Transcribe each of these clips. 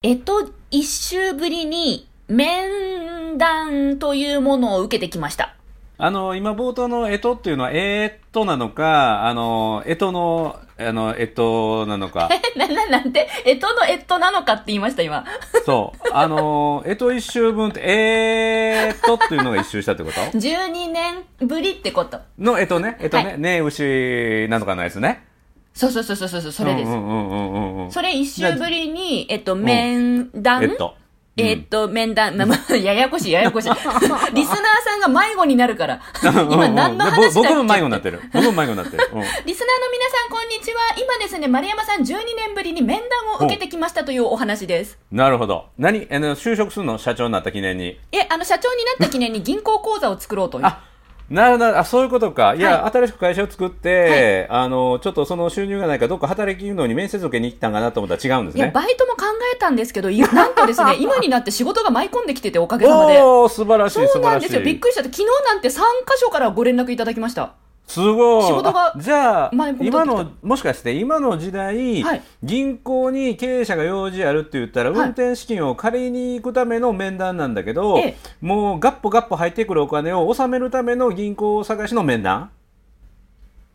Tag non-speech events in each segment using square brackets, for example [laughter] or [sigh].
えっと、一週ぶりに面談というものを受けてきました。 [laughs] あの、今冒頭のえとっていうのは、えー、っとなのか、あの、えとの、あの、えとな [laughs] のか。な、な、なんて、えっとのえっとなのかって言いました、今。そう。あの、えと一周分って、えー、っとっていうのが一周したってこと12年ぶりってこと。のえとね、えとね、はね牛なのかのやつね。そうそうそうそうそう、それです。うんうんうんうんうんうん。それ一週ぶりに、えっと、面談、えっと。うんえっと、面談、 [laughs] まあ、ややこしい、やや [laughs] こしい。リスナーさんが迷子になるから。うんうん今うん何の話だっぼけ僕も迷子になってる。僕も迷子になってる。うんリスナーの皆さん、こんにちは。今ですね、丸山さん12年ぶりに面談を受けてきましたというお話です。なるほど。何あの、就職するの社長になった記念に。え、あの、社長になった記念に銀行口座を作ろうという。あなるほど、あ、そういうことか。いや、は新しく会社を作って、あの、ちょっとその収入がないから、どっか働きのに面接受けに行ったんかなと思ったら違うんですいや、ね。バイトも考えたんですけど、いなんと [laughs] ですね、今になって仕事が舞い込んできてて、おかげさまで。おー、素晴らしい、そ素う晴なんらでしすよ。びっい。くりしちゃって、昨日なんて3箇所からご連絡いただきました。すごい。仕事があじゃあ前に、戻っ今てきたの、もしかして、今の時代、はい銀行に経営者が用事あるって言ったら、はい運転資金を借りに行くための面談なんだけど、ええもう、ガッポガッポ入ってくるお金を納めるための銀行探しの面談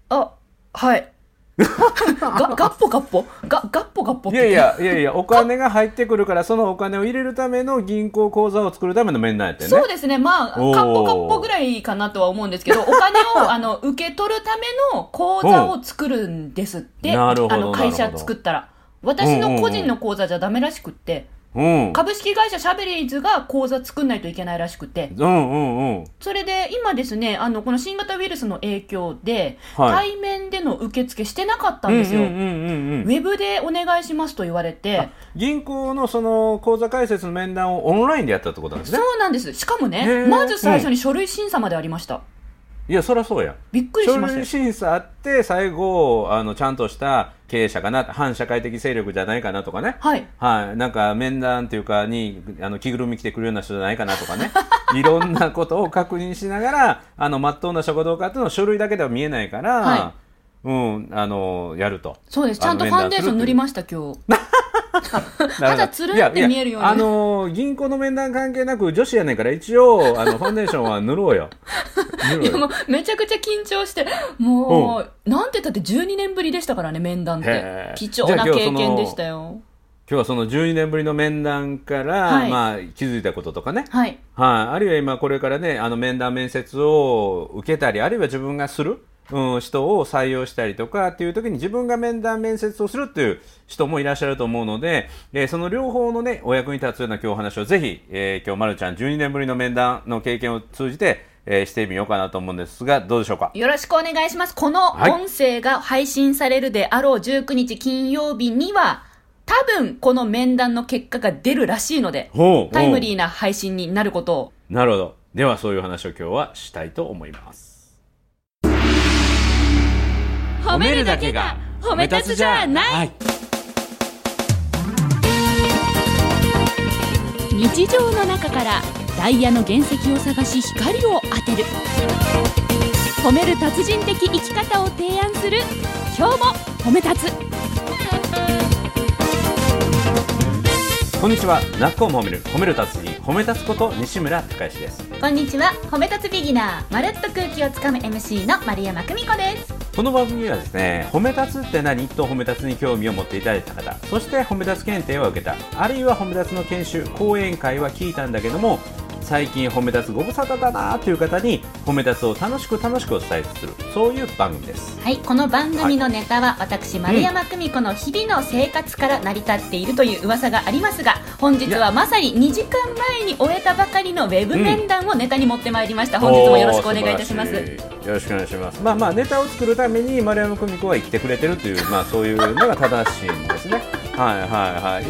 あ、はい。 [laughs] が、ガッポガッポが、ガッポガッポっいて。やいや、いやいや、お金が入ってくるから、そのお金を入れるための銀行口座を作るための面談やってね。そうですね。まあ、カおーッポカッポぐらいかなとは思うんですけ [laughs] ど、お金を、あの、受け取るための口座を作るんですって。なるほどあの、会なる社ほど作ったら。私の個人の口座じゃダメらしくって、うん。株式会社シャベリーズが口座作んないといけないらしくて、うんうんうん。それで今ですね、あの、この新型ウイルスの影響で、はい。対面での受付してなかったんですよ。うんうんうんうウんうん。ェブでお願いしますと言われて、銀行のその口座開設の面談をオンラインでやったってことなんですそね。うなんです。しかもへね、ーまず最初に書類審査までありました。いや、そりゃそうや。びっくりし書ました類よ。審査あって、最後、あの、ちゃんとした経営者かな、反社会的勢力じゃないかなとかね。はい。はい。なんか、面談っていうかに、あの、着ぐるみ着てくるような人じゃないかなとかね。 [laughs] いろんなことを確認しながら、あの、まっとうな書かどうかっていうのは書類だけでは見えないから、はうん、あの、やると。そうです。ちゃんとあフのァンデーション塗りました、今日。ただつるんっていやいや見えるようにあのー銀行の面談関係なく女子やねんから一 [laughs] 応あのファンデーションは塗ろうよ塗ろいうや [laughs] もようめちゃくちゃ緊張して、もう、なんて言ったって12年ぶりでしたからね、面談ってへ。ー貴重なじゃあ今経日その験でしたよ。今日はその12年ぶりの面談から、はいまあ、気づいたこととかね、はい。はい、あるいは今これからねあの面談面接を受けたりあるいは自分がする、うん、人を採用したりとかっていう時に自分が面談面接をするっていう人もいらっしゃると思うので、えーその両方のねお役に立つような今日お話をぜひ、えー今日まるちゃん12年ぶりの面談の経験を通じて、えーしてみようかなと思うんですがどうでしょうかよろしくお願いします。このはい音声が配信されるであろう19日金曜日には、多分この面談の結果が出るらしいので、ほうタイムリほーな配信になることを。うなるほどではそういう話を今日はしたいと思います褒めるだけが褒め立つじゃない、はい日常の中からダイヤの原石を探し光を当てる褒める達人的生き方を提案する今日も褒め立つこんにちはなっこも褒める褒める達人褒め立つこと西村孝之ですこんにちは褒め立つビギナーまるっと空気をつかむ MC の丸山久美子ですこの番組はですね褒め立つって何と褒め立つに興味を持っていただいた方そして褒め立つ検定を受けたあるいは褒め立つの研修講演会は聞いたんだけども最近褒め立つご無沙汰だなという方に褒め立つを楽しく楽しくお伝えするそういう番組ですはいこの番組のネタは私丸山久美子の日々の生活から成り立っているという噂がありますが本日はまさに2時間前に終えたばかりのウェブ面談をネタに持ってまいりました本日もよろしくお願いいたしますおー素晴らしいよろしくお願いしますまあまあネタを作るために丸山久美子は生きてくれてるというまあそういうのが正しいんですね [laughs] はいはい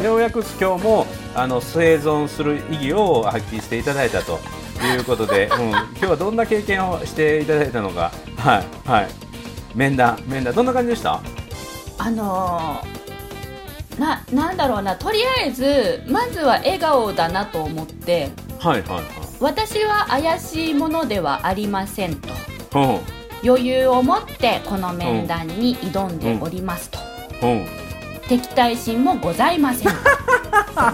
はいようやく今日もあの生存する意義を発揮していただいたというこ [laughs] とで、うん、今日はどんな経験をしていただいたのかはいはい面談面談どんな感じでしたあのーななんだろうなとりあえずまずは笑顔だなと思ってはいはいはい私は怪しいものではありませんとうん余裕を持ってこの面談に挑んでおりますと、うん敵対心もございません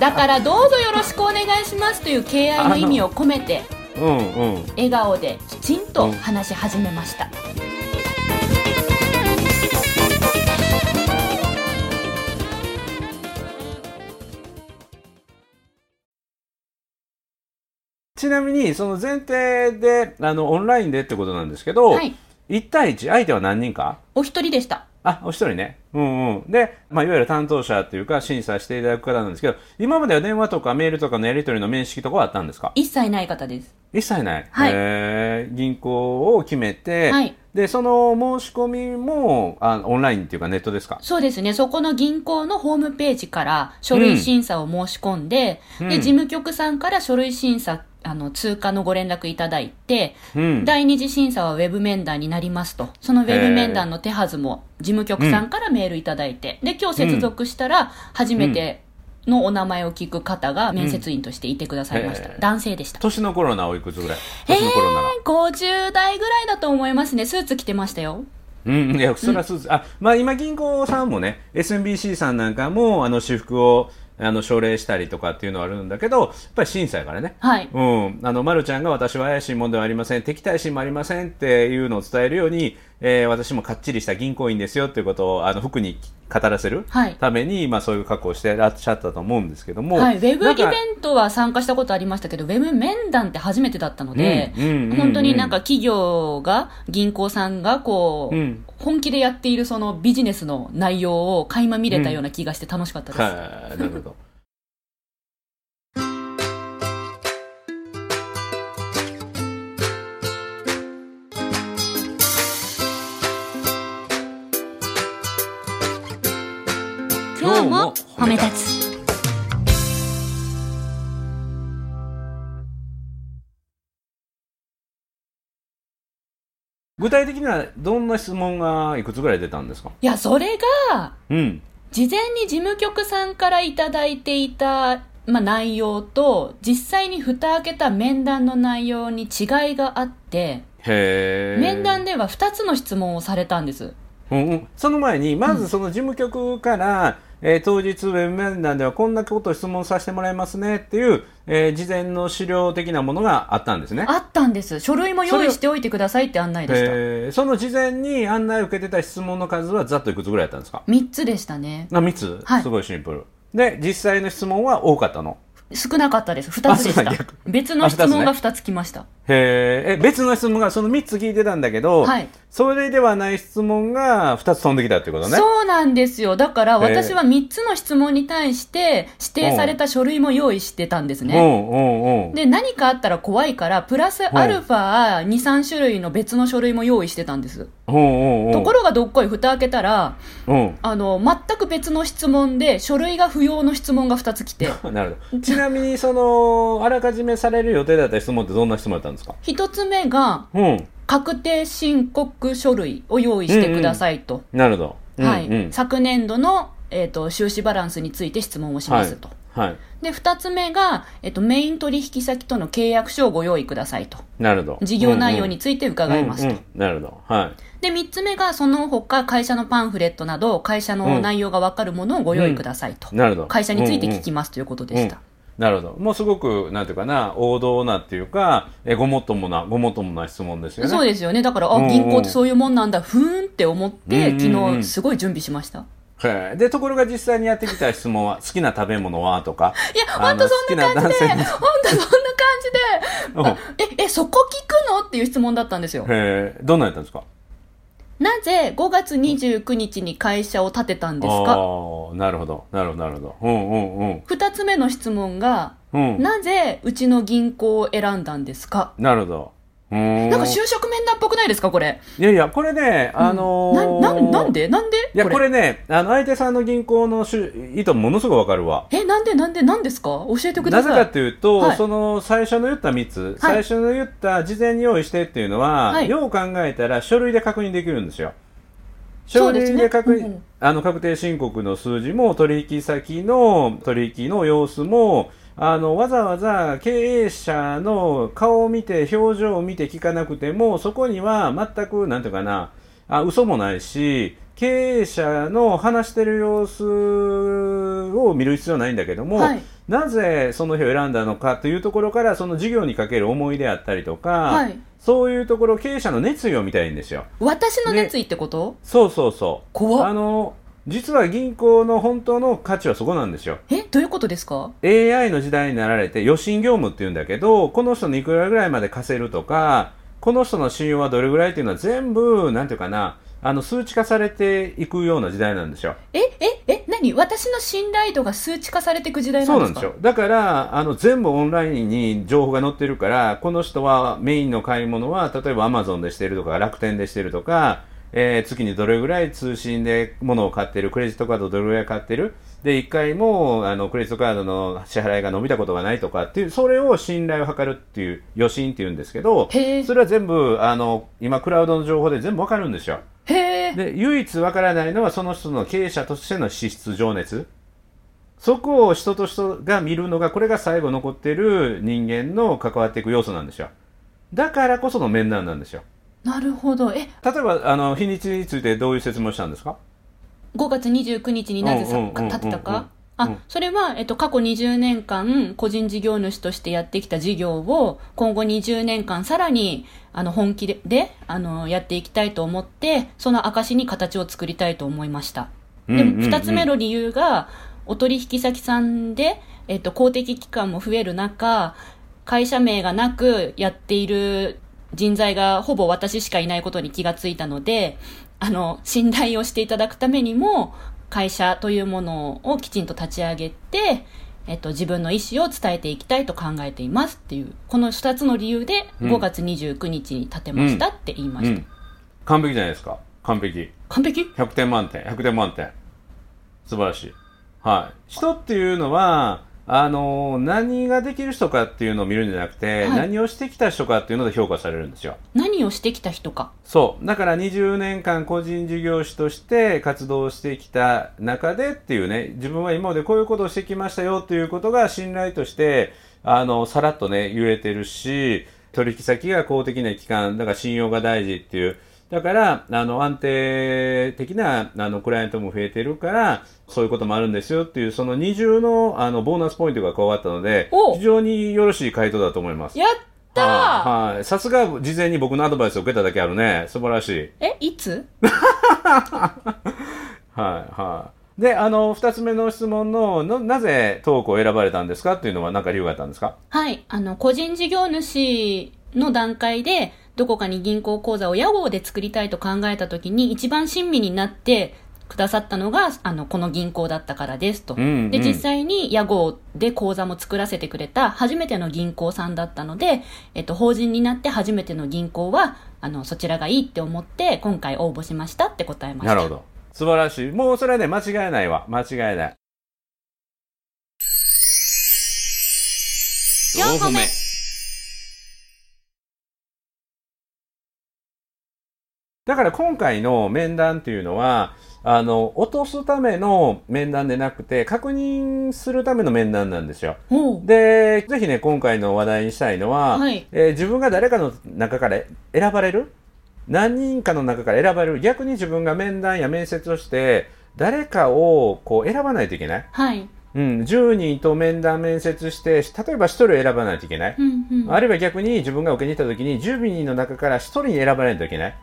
だからどうぞよろしくお願いしますという敬愛の意味を込めてうんうん笑顔できちんと話し始めました、ちなみにその前提であのオンラインでってことなんですけど、はい1対1相手は何人かお一人でしたあ、お一人ね。うんうん。で、まあ、いわゆる担当者っていうか、審査していただく方なんですけど、今までは電話とかメールとかのやり取りの面識とかはあったんですか一切ない方です一切ない。はいえー銀行を決めて、はいで、その申し込みもあ、オンラインっていうかネットですかそうですねそこの銀行のホームページから書類審査を申し込んで,、で事務局さんから書類審査あの通過のご連絡いただいて、うん。第二次審査はウェブ面談になりますとそのウェブ面談の手はずも事務局さんからメールいただいて、で今日接続したら初めてのお名前を聞く方が面接員としていてくださいました、うんへー男性でした年の頃なおいくつぐらいえ年の頃なら。ー、50代ぐらいだと思いますねスーツ着てましたようん、いや、それはそうです。あ、まあ今銀行さんもね、SMBC さんなんかも、あの、私服を、あの、奨励したりとかっていうのはあるんだけど、やっぱり審査やからね。はいうん。あの、まるちゃんが私は怪しいもんではありません、敵対心もありませんっていうのを伝えるように、えー私もかっちりした銀行員ですよっていうことを、あの、服に語らせるはいために、まあそういう格好をしてらっしゃったと思うんですけども。はい、ウェブなイんかベントは参加したことありましたけど、ウェブ面談って初めてだったので、うんうんうん本当になんか企業が、銀行さんがこう、うん本気でやっているそのビジネスの内容を垣間見れたような気がして楽しかったです。はい、なるほど。今日も褒め立つ。具体的にはどんな質問がいくつぐらい出たんですかいや、それが、うん。事前に事務局さんからいただいていた、まあ、内容と、実際に蓋開けた面談の内容に違いがあって、へー面談では2つの質問をされたんです。うんうん、その前にまずその事務局から、えー当日ウェブ面談ではこんなことを質問させてもらいますねっていう、えー事前の資料的なものがあったんですね。あったんです書類も用意しておいてくださいって案内でしたえーその事前に案内を受けてた質問の数はざっといくつぐらいだったんですか3つでしたねあ ?3 つ、はいすごいシンプル。で、実際の質問は多かったの。少なかったです2つでしあそうなたんだ別の質問が2つ来ました、へーえ、別の質問がその3つ聞いてたんだけど、はいそれではない質問が2つ飛んできたってことね。そうなんですよだからえー私は3つの質問に対して指定された書類も用意してたんですねうんうんうん。で何かあったら怖いからプラスアルファ23種類の別の書類も用意してたんですうんうんうん。ところがどっこい蓋開けたらうん。あの全く別の質問で書類が不要の質問が2つ来 [laughs] てなるほど。ちなみに、その、あらかじめされる予定だった質問ってどんな質問だったんですか1つ目がうん。確定申告書類を用意してくださいと、なるほど。はいうんうん、昨年度の、えー、と収支バランスについて質問をしますと、はい。はい。で2つ目が、えー、とメイン取引先との契約書をご用意くださいとなるほど。事業内容について伺いますと、うんうんなるほど。はい。で3つ目がその他会社のパンフレットなど会社の内容が分かるものをご用意くださいと、なるほど。会社についてうんうん聞きますということでした、うんなるほど。もうすごく、なんていうかな、王道なっていうか、えごもっともな、ごもっともな質問ですよね。そうですよねだからあうんうん銀行ってそういうもんなんだふーんって思って、うんうんうん昨日すごい準備しましたへえで、ところが実際にやってきた質問は、 [laughs] 好きな食べ物はとか。いや、本当そんな感じで、あの好きな男性本当そんな感じで、あえ、え、そこ聞くのっていう質問だったんですよ。へえどんなんやったんですかなぜ5月29日に会社を建てたんですあかーなるほど。なるほど、なるほど。うんうんうん。二つ目の質問が、うん。なぜうちの銀行を選んだんですかなるほど。うーなんか就職面談っぽくないですかこれ。いやいや、これね、あのーな、な、なんでなんでいや、これね、あの、相手さんの銀行の主意図ものすごくわかるわ。え、なんでなんでなんですか教えてくなだぜさい。かというと、はいその最初の言った3つ、はい最初の言った事前に用意してっていうのは、はいよう考えたら書類で確認できるんですよ。そ書うです類ねで確うんう認んあの確定申告の数字も取引先の取引の様子もあのわざわざ経営者の顔を見て表情を見て聞かなくてもそこには全くなんていうかなあ嘘もないし経営者の話してる様子を見る必要はないんだけども、はいなぜその日を選んだのかというところからその事業にかける思いであったりとか、はいそういうところ経営者の熱意を見たいんですよ。私の熱意ってことそうそうそう。怖っあの実は銀行の本当の価値はそこなんですよ。えどういうことですか AI の時代になられて予診業務っていうんだけどこの人にいくらぐらいまで貸せるとかこの人の信用はどれぐらいっていうのは全部なんていうかなあの数値化されていくような時代なんですよ。えええ何私の信頼度が数値化されていく時代なそんうですなんでかすよだからあの全部オンラインに情報が載ってるからこの人はメインの買い物は例えばアマゾンでしてるとか楽天でしてるとか、えー月にどれぐらい通信で物を買ってるクレジットカードどれぐらい買ってるで1回もあのクレジットカードの支払いが伸びたことがないとかっていうそれを信頼を図るっていう予診っていうんですけどへえそれは全部あの今クラウドの情報で全部わかるんですよ。へえで唯一わからないのはその人の経営者としての資質情熱そこを人と人が見るのがこれが最後残ってる人間の関わっていく要素なんですよだからこその面談なんですよなるほどえ例えばあの日にちについてどういう説明をしたんですか5月29日になぜさうんうんうんうん立ってたかうんあ、それは、えっと、過去20年間、個人事業主としてやってきた事業を、今後20年間さらに、あの、本気で、であの、やっていきたいと思って、その証に形を作りたいと思いました。でうんうんも、うん二つ目の理由が、お取引先さんで、えっと、公的機関も増える中、会社名がなくやっている人材がほぼ私しかいないことに気がついたので、あの、信頼をしていただくためにも、会社というものをきちんと立ち上げて、えっと、自分の意思を伝えていきたいと考えていますっていう、この二つの理由でうん5月29日に立てましたって言いまうした。ん完璧じゃないですか完璧完璧100点満点100点満点素晴らしいはい人っていうのはあの何ができる人かっていうのを見るんじゃなくはて、い何をしてきた人かっていうので評価されるんですよ何をしてきた人か。そう。だから20年間個人事業主として活動してきた中でっていうね、自分は今までこういうことをしてきましたよということが信頼として、あの、さらっとね、言えてるし、取引先が公的な機関、だから信用が大事っていう。だから、あの、安定的な、あの、クライアントも増えてるから、そういうこともあるんですよっていう、その二重の、あの、ボーナスポイントが加わったのでお、非常によろしい回答だと思います。やったー、はいはい。さすが、事前に僕のアドバイスを受けただけあるね。素晴らしい。え、いつはい、はい。で、あの、二つ目の質問の、のなぜトークを選ばれたんですかっていうのは何か理由があったんですかはい。あの、個人事業主の段階で、どこかに銀行口座を屋号で作りたいと考えたときに、一番親身になってくださったのが、あの、この銀行だったからですと。うんうんで、実際に屋号で口座も作らせてくれた初めての銀行さんだったので、えっと、法人になって初めての銀行は、あの、そちらがいいって思って、今回応募しましたって答えました。なるほど。素晴らしい。もうそれはね、間違いないわ。間違いない。四個目だから今回の面談っていうのは、あの、落とすための面談でなくて、確認するための面談なんですよ。おうで、ぜひね、今回の話題にしたいのは、はいえー自分が誰かの中から選ばれる何人かの中から選ばれる逆に自分が面談や面接をして、誰かをこう選ばないといけない。はい。うん、10人と面談面接して、例えば1人を選ばないといけない。うんうん。あるいは逆に自分が受けに行った時に10人の中から1人に選ばないといけない。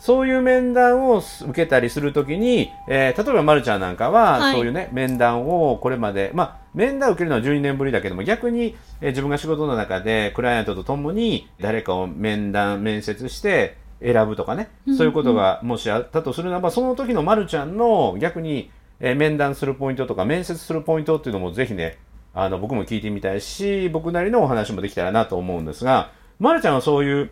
そういう面談を受けたりするときに、えー例えばまるちゃんなんかはは、いそういうね、面談をこれまで、まあ、面談を受けるのは12年ぶりだけども、逆に、えー自分が仕事の中でクライアントと共に誰かを面談、面接して選ぶとかね、そういうことがもしあったとするならば、その時のまるちゃんの逆に、えー面談するポイントとか面接するポイントっていうのもぜひね、あの、僕も聞いてみたいし、僕なりのお話もできたらなと思うんですが、まるちゃんはそういう、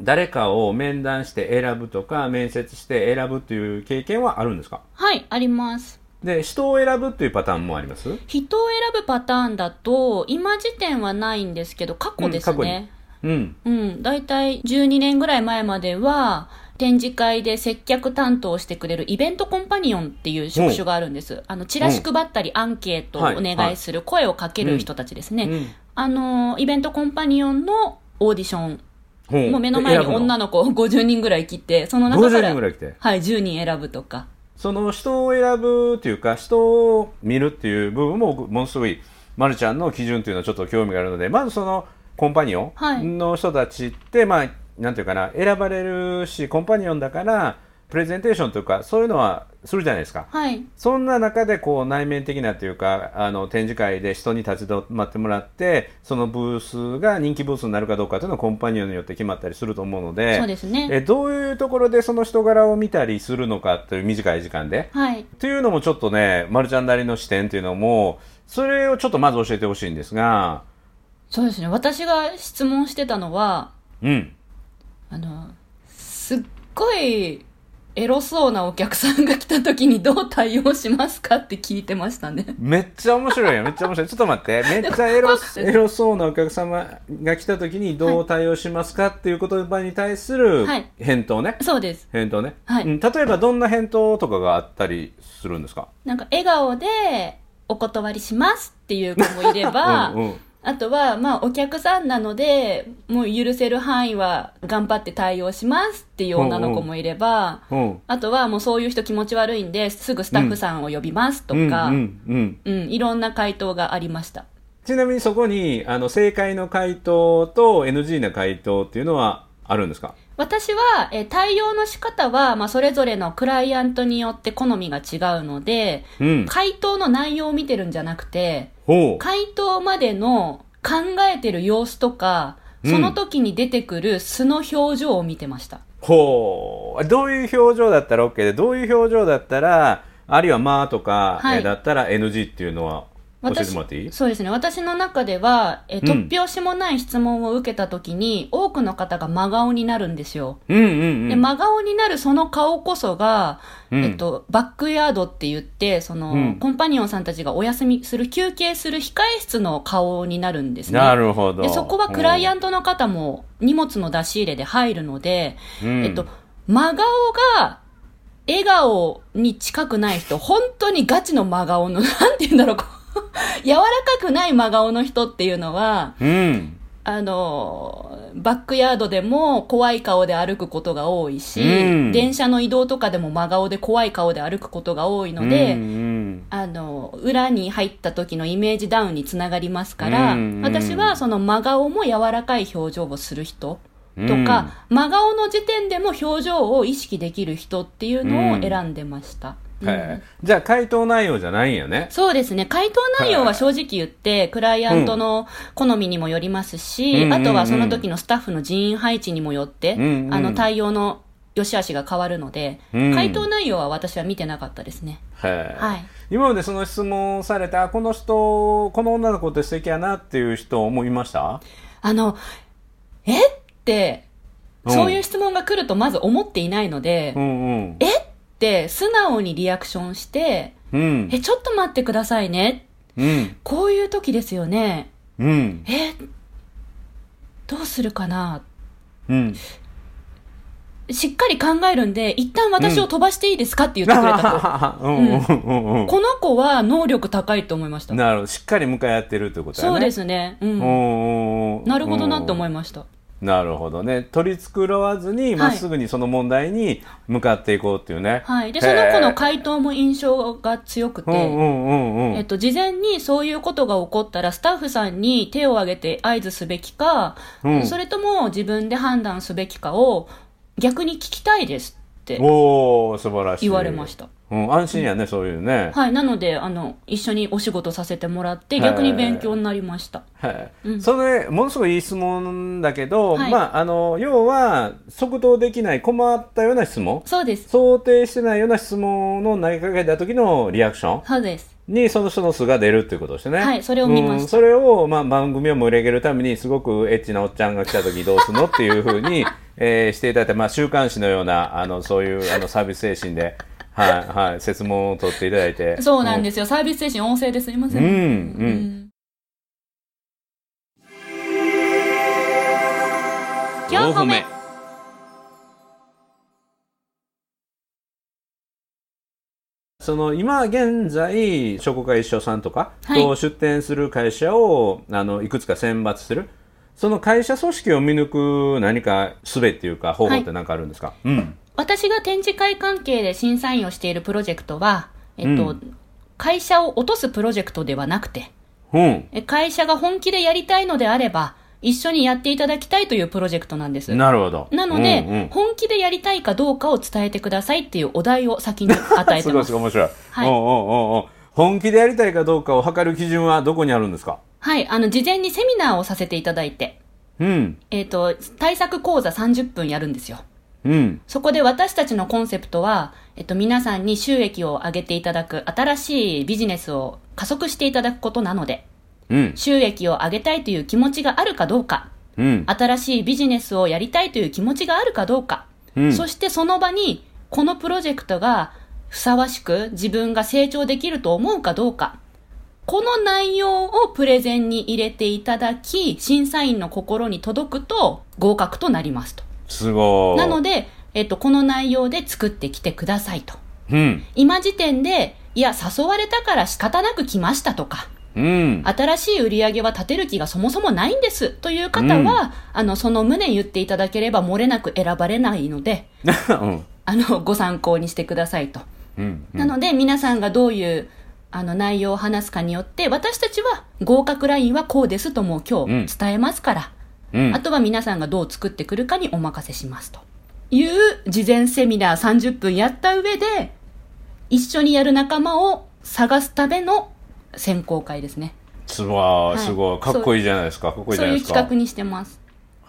誰かを面談して選ぶとか面接して選ぶという経験はあるんですかはい、あります。で人を選ぶというパターンもあります人を選ぶパターンだと今時点はないんですけど過去ですね、うんうん大体12年ぐらい前までは展示会で接客担当してくれるイベントコンパニオンっていう職種があるんです、あのチラシ配ったりアンケートをはいお願いする、声をかける人たちですね、うんあのイベントコンパニオンのオーディションほうもう目の前に選ぶの女の子50人ぐらい来て、その中か50ら、人ぐらい来てはい、10人選ぶとか。その人を選ぶというか人を見るっていう部分も僕ものすごい、ま、るちゃんの基準というのはちょっと興味があるのでまずそのコンパニオはいンの人たちって、まあなんていうかな選ばれるしコンパニオンだからプレゼンテーションというかそういうのはするじゃないですか。はい。そんな中でこう内面的なというかあの展示会で人に立ち止まってもらってそのブースが人気ブースになるかどうかというのはコンパニオンによって決まったりすると思うのでそうですねえどういうところでその人柄を見たりするのかという短い時間で。はい。というのもちょっとね、ま、るちゃんなりの視点というのもそれをちょっとまず教えてほしいんですが、そうですね。私が質問してたのは、うん、あの、すっごい、エロそうなお客さんが来た時にどう対応しますかって聞いてましたね。めっちゃ面白いよ、めっちゃ面白い。ちょっと待って、めっちゃエ [laughs] ロエロそうなお客様が来た時にどう対応しますかっていう言葉に対するはい返答ね。 [laughs] そうです。返答ね、はいうん例えばどんな返答とかがあったりするんですかなんか笑顔でお断りしますって [laughs] いう子もいれば、うんうんあとは、まあ、お客さんなので、もう許せる範囲は頑張って対応しますっていう女の子もいれば、うんあとはもうそういう人気持ち悪いんで、すぐスタッフさんを呼びますとうんか、ううん、んうんいろんな回答がありました。ちなみにそこにあの正解の回答と NG な回答っていうのはあるんですか私は、えー対応の仕方は、まあ、それぞれのクライアントによって好みが違うので、うん回答の内容を見てるんじゃなくて、ほう回答までの考えてる様子とか、うんその時に出てくる素の表情を見てました。ほうどういう表情だったら OK でどういう表情だったらあるいは「まあ」とか、はいえだったら NG っていうのは教えて私もらっていいそうですね。私の中では、えーうん突拍子もない質問を受けた時に、多くの方が真顔になるんですよ。うんうんうでん、真顔になるその顔こそが、うんえっと、バックヤードって言ってその、うんコンパニオンさんたちがお休みする休憩する控え室の顔になるんですねなるほどでそこはクライアンントの方も荷物の出し入れで入るので、ト、えっと、真顔が笑顔に近くない人本当にガチの真顔のなんて言うんだろうこう柔らかくない真顔の人っていうのはうんあの、バックヤードでも怖い顔で歩くことが多いし、うん電車の移動とかでも真顔で怖い顔で歩くことが多いので、うんうんあの、裏に入った時のイメージダウンにつながりますから、うん私はその真顔も柔らかい表情をする人とうんか、真顔の時点でも表情を意識できる人っていうのを選んでました。うんへえじゃあ回答内容じゃないんやね。そうですね。回答内容は正直言って、クライアントの好みにもよりますうんうんし、うんうんあとはその時のスタッフの人員配置にもよって、うんうんあの対応の良し悪しが変わるので、うん回答内容は私は見てなかったですね。へえはい。今までその質問されたあこの人この女の子って素敵やなっていう人もいましたあの、えって、うんそういう質問が来るとまず思っていないので、うんうん。えって素直にリアクションして、うんえ、ちょっと待ってくださいね。うんこういう時ですよね。うんえ、どうするかなうん。しっかり考えるんで、一旦私を飛ばしていいですかって言ってくれた [laughs] 子。うんうんうんうんこの子は能力高いと思いました。なるほどしっかり向かい合ってるということだね。そうですね。う。うんんうんうん。なるほどなって思いいました。なるほどね取り繕わずにまっすぐにその問題に向かっていこうっていうね。はい。で、へそえの子の回答も印象が強くうんうて、んうんうん。えっと、事前にそういうことが起こったら、スタッフさんに手を挙げて合図すべきか、うんそれとも自分で判断すべきかを逆に聞きたいですっておお素晴らしい言われました。うん、安心やね、そういうね、はい。なので、あの、一緒にお仕事させてもらって、へえ逆に勉強になりました。はいうんそれものすごいいい質問だけど、はいまあ、あの要は即答できない困ったような質問そうです。想定してないような質問の投げかけた時のリアクションそうです。にその人の素が出るっていうことですね。はいそれを見ましたうんそれを、まあ、番組を盛り上げるためにすごくエッチなおっちゃんが来た時どうすんのっていうふうに、 [laughs] えーしていただいた、まあ、週刊誌のようなあのそういうあのサービス精神で、はいはい、説問を取っていただいて。。そうなんですすよ。サービス精神旺盛ですいません。ううんうんん四4歩歩目目その今現在商工会一緒さんとかはいと出展する会社を、あのいくつか選抜するその会社組術を見抜く何か術っていうか方法って何かあるんですか、うん。私が展示会関係で審査員をしているプロジェクトは、えっと、うん会社を落とすプロジェクトではなくて、うん。え会社が本気でやりたいのであれば、一緒にやっていただきたいというプロジェクトなんです。ななるほど。ので、うんうん本気でやりたいかどうかを伝えてくださいっていうお題を先に [laughs] 与え [laughs] すてごまいす。すごい面白い。はいおうおうおうおう本気でやりたいかどうかを測る基準はどこにあるんですかはい、あの、事前にセミナーをさせていただいて、うん。えっ、と、対策講座30分やるんですよ。うん。そこで私たちのコンセプトは、えっと、皆さんに収益を上げていただく、新しいビジネスを加速していただくことなので、うん。収益を上げたいという気持ちがあるかどうか、うん。新しいビジネスをやりたいという気持ちがあるかどうか、うんそしてその場に、このプロジェクトがふさわしく自分が成長できると思うかどうか、この内容をプレゼンに入れていただき、審査員の心に届くと合格となりますと。すごい。なので、えっと、この内容で作ってきてくださいと。うん。今時点で、いや、誘われたから仕方なく来ましたとか、うん。新しい売り上げは立てる気がそもそもないんですという方は、うんあの、その旨言っていただければ漏れなく選ばれないので、 [laughs] [laughs] うん。あの、ご参考にしてくださいと。うん。なので、皆さんがどういう、あの、内容を話すかによって、私たちは合格ラインはこうですともう今うん日伝えますから、うんあ。とは皆さんがどう作ってくるかにお任せしますという事前セミナー30分やった上で一緒にやる仲間を探すための選考会ですねすごいい、すごい。かっこいいじゃないですか。かっこいいじそゃうないいでうすか。企画にしてます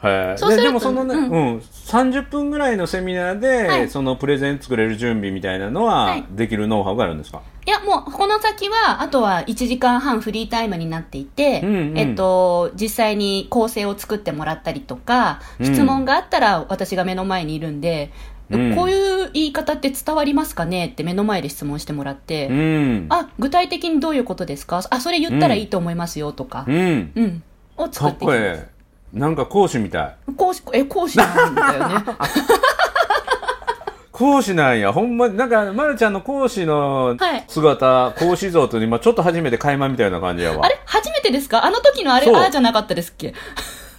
へえそうするとででもそのね、ううんん30分ぐらいのセミナーで、はいそのプレゼン作れる準備みたいなのはいはできるノウハウがあるんですか、いやもうこの先はあとは1時間半フリータイムになっていて、うんうんえっと、実際に構成を作ってもらったりとかうん質問があったら私が目の前にいるんで、うんこういう言い方って伝わりますかねって目の前で質問してもらって、うんあ、具体的にどういうことですかあ、それ言ったらいいと思いますよとかう。んうん。をか作っってこいいなんか講師みたいい講師、え、講師なんだ [laughs] よね。講師なんやほんまなんか、ま、るちゃんの講師のはい姿、講師像と今ちょっと初めて垣間みたいな感じやわあれ初めてですかあの時のあれ、そうああじゃなかったですっけ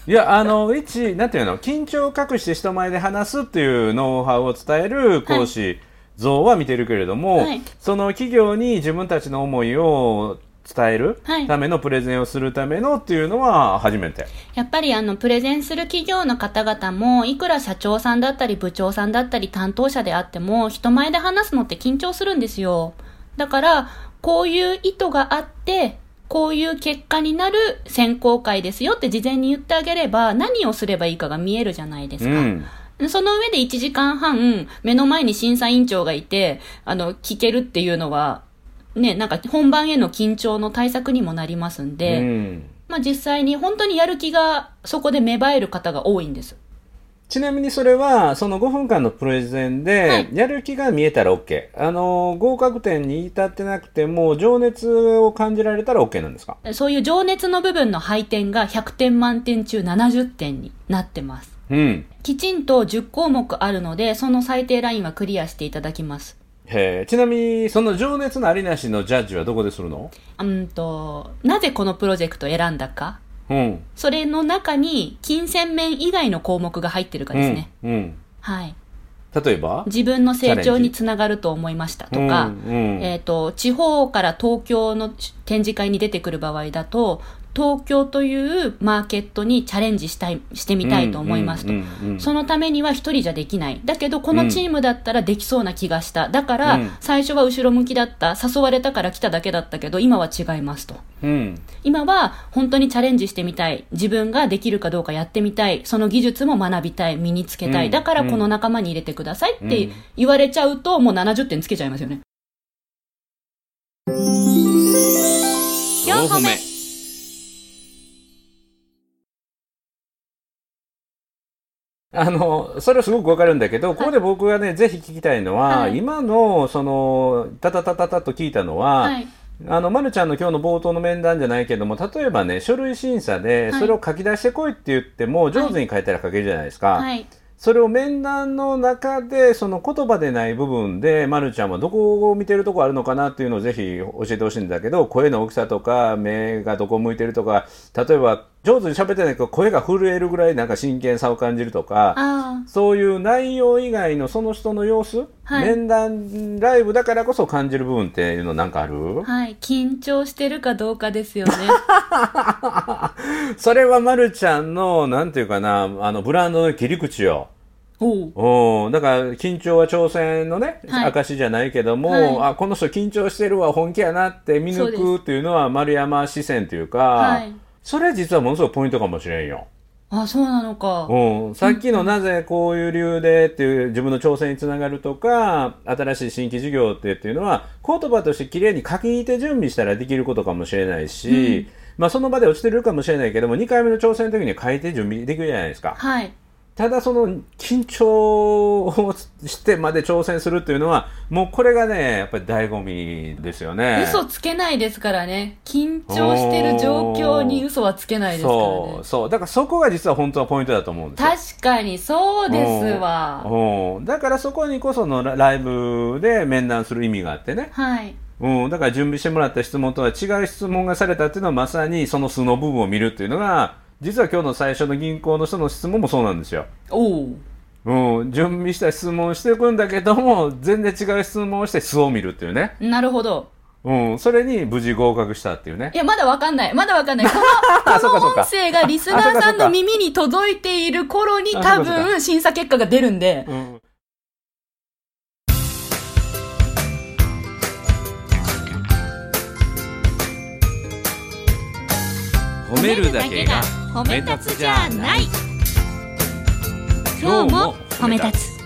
いやあの一なんていうの緊張を隠して人前で話すっていうノウハウを伝える講師像は見てるけれども、はいその企業に自分たちの思いを伝えるはいためのプレゼンをするためのっていうのは初めて、やっぱりあの、プレゼンする企業の方々も、いくら社長さんだったり部長さんだったり担当者であっても、人前で話すのって緊張するんですよ。だから、こういう意図があって、こういう結果になる選考会ですよって事前に言ってあげれば、何をすればいいかが見えるじゃないですうか。ん、その上で1時間半、目の前に審査委員長がいて、あの、聞けるっていうのは、ね、なんか本番への緊張の対策にもなりますんで、うんまあ実際に本当にやる気がそこで芽生える方が多いんです。ちなみにそれはその5分間のプレゼンはでいやる気が見えたら OK、あの合格点に至ってなくても情熱を感じられたら OK なんですかそういう情熱の部分の配点が100点満点中70点になってます。うんきちんと10項目あるので、その最低ラインはクリアしていただきます。へえちなみにその情熱のありなしのジャッジはどこでするのうんと、なぜこのプロジェクトを選んだか、うんそれの中に金銭面以外の項目が入ってるかですね。うんうん、はい、例えば自分の成チャ長レンジにつながると思いましたとか、うんうんえー、と地方から東京の展示会に出てくる場合だと東京というマーケットにチャレンジしたいしてみたいと思いますと、うんうんうんそのためには一人じゃできないだけどこのチームだったらできそうな気がしただから、うん最初は後ろ向きだった誘われたから来ただけだったけど今は違いますと。うん今は本当にチャレンジしてみたい自分ができるかどうかやってみたいその技術も学びたい身につけたい、うんだからこのうん仲間に入れてくださいってうん言われちゃうと、もう70点つけちゃいますよね4歩目あのそれはすごくわかるんだけど、ここで僕がねぜひ聞きたいのは、はい今のそのタタタタタと聞いたのは、はいあの、まるちゃんの今日の冒頭の面談じゃないけども、例えばね、書類審査で、はいそれを書き出してこいって言っても、上手に書いたら書けるじゃないですか。はいそれを面談の中でその言葉でない部分で、ま、るちゃんはどこを見てるとこあるのかなっていうのをぜひ教えてほしいんだけど声の大きさとか目がどこ向いてるとか例えば上手に喋ってないけど声が震えるぐらいなんか真剣さを感じるとかあそういう内容以外のその人の様子、はい面談ライブだからこそ感じる部分っていうのなんかある、あはい緊張してるかどうかですよ [laughs] ねそれはまるちゃんのなんていうかなあのブランドの切り口よ。おううん、だから緊張は挑戦のね、はい証じゃないけども、はいあこの人緊張してるわ本気やなって見そう抜でくっていうのは丸山視線というか、はいそれは実はものすごいポイントかもしれんよ。あそうなのかうん、さっきのなぜこういう理由でっていう自分の挑戦につながるとか新しい新規事業ってっていうのは言葉として綺麗に書き入れて準備したらできることかもしれないし、まあ、その場で落ちてるかもしれないけども2回目の挑戦の時には書いて準備できるじゃないですか。はいただその緊張をしてまで挑戦するっていうのはもうこれがねやっぱり醍醐味ですよね。嘘つけないですからね緊張してる状況に嘘はつけないですからそねうそうだからそこが実は本当はポイントだと思うんですよ。確かにそうですわうんだからそこにこそのラライブで面談する意味があってね、はいうん、だから準備してもらった質問とは違う質問がされたっていうのはまさにその素の部分を見るっていうのが実は今日の最初の銀行の人の質問もそうなんですよ。おううん、準備した質問をしていくんだけども全然違う質問をして素を見るっていうね、なるほどうん、それに無事合格したっていうねいやまだわかんないまだわかんないこの [laughs] あそうかそう音か声がリスナーさんの耳に届いている頃にあそ多うかそうか分審査結果が出るんでうん褒めるだけが褒め立つじゃない今日も褒め立つ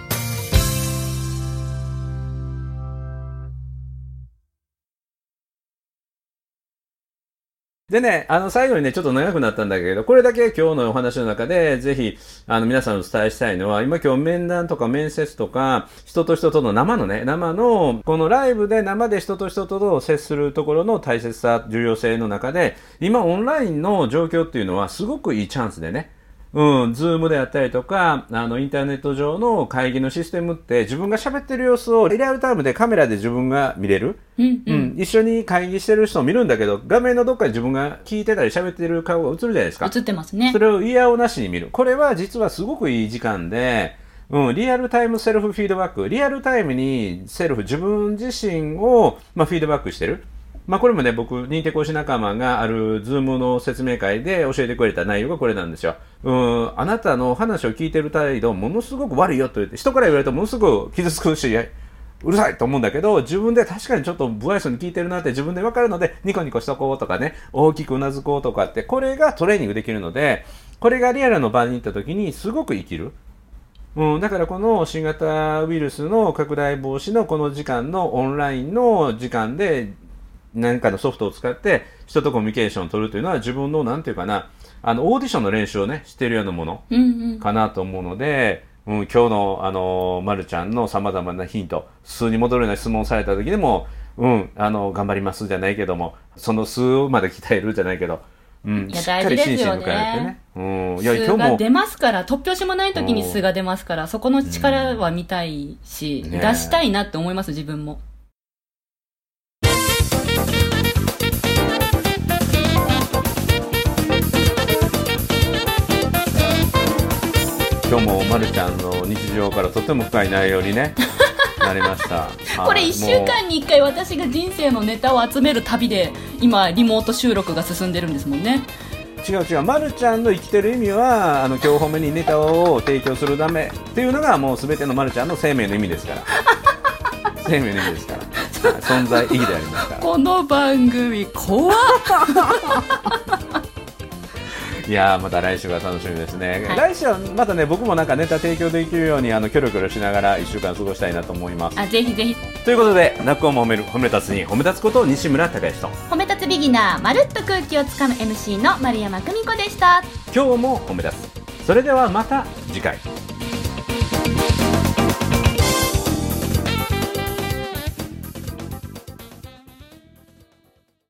でね、あの、最後にね、ちょっと長くなったんだけど、これだけ今日のお話の中で、ぜひ、あの、皆さんにお伝えしたいのは、今今日面談とか面接とか、人と人との生のね、生の、このライブで生で人と人とと接するところの大切さ、重要性の中で、今オンラインの状況っていうのは、すごくいいチャンスでね、うん、ズームであったりとか、あの、インターネット上の会議のシステムって、自分が喋ってる様子をリアルタイムでカメラで自分が見れる。うんううんん、一緒に会議してる人を見るんだけど画面のどっかに自分が聞いてたり喋ってる顔が映るじゃないですか映ってますねそれを嫌おなしに見るこれは実はすごくいい時間で、うん、リアルタイムセルフフィードバックリアルタイムにセルフ自分自身を、まあ、フィードバックしてる、まあ、これもね僕認定講師仲間がある Zoom の説明会で教えてくれた内容がこれなんですよ、うん、あなたの話を聞いてる態度ものすごく悪いよと言って人から言われるとものすごく傷つくしうるさいと思うんだけど、自分で確かにちょっと不愛想に聞いてるなって自分でわかるので、ニコニコしとこうとかね、大きくうなずこうとかって、これがトレーニングできるので、これがリアルの場に行った時にすごく生きる。うん、だからこの新型ウイルスの拡大防止のこの時間のオンラインの時間で何かのソフトを使って人とコミュニケーションを取るというのは自分のなんていうかな、あのオーディションの練習をね、してるようなもの。うんうんかなと思うので、うん、今日の、あのまるちゃんのさまざまなヒント数に戻るような質問をされた時でも「うんあの頑張ります」じゃないけどもその数まで鍛えるじゃないけど、うん、いやしっ大かり事で心す身よ向ねかえてね。うん、いや今素日がも出ますから突拍子もない時にうん素が出ますからそこの力は見たいし、うんねえ出したいなって思います自分も今日もまるちゃんの日常からとても深い内容 [laughs] にねなりました。これはい1週間に1回私が人生のネタを集める旅で今リモート収録が進んでるんですもんね違う違う、ま、るちゃんの生きてる意味はあの今日褒めにネタを提供するためっていうのがもう全てのまるちゃんの生命の意味ですから [laughs] 生命の意味ですから存在意義でありますからこの番組怖っいやーまた来週が楽しみですね、はい来週はまたね僕もなんかネタ提供できるようにあのキョロキョロしながら1週間過ごしたいなと思いますあぜひぜひということで「泣くをも褒める褒め立つに褒め立つことを西村隆之と褒め立つビギナーまるっと空気をつかむ MC の丸山久美子でした今日も褒め立つそれではまた次回